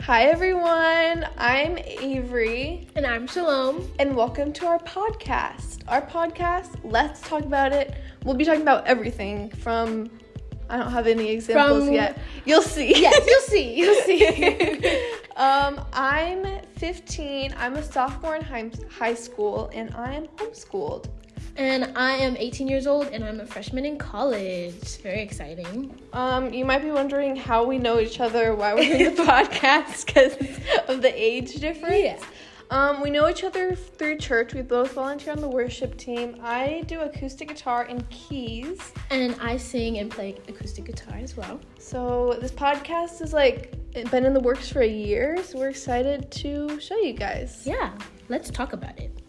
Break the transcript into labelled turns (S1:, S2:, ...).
S1: Hi, everyone. I'm Avery,
S2: And I'm Shalom.
S1: and welcome to our podcast. Our podcast, Let's Talk About It. We'll be talking about everything from, I don't have any examples
S2: From-
S1: yet. You'll see.
S2: you'll see. You'll
S1: um, I'm 15. I'm a sophomore in hi- high school, and I am homeschooled.
S2: and I am 18 years old and I'm a freshman in college. Very exciting.
S1: Um, you might be wondering how we know each other, why we're doing the podcast because of the age difference.
S2: Yeah.
S1: Um, we know each other through church. We both volunteer on the worship team. I do acoustic guitar and keys.
S2: And I sing and play acoustic guitar as well.
S1: So this podcast is like it been in the works for a year. So we're excited to show you guys.
S2: Yeah, let's talk about it.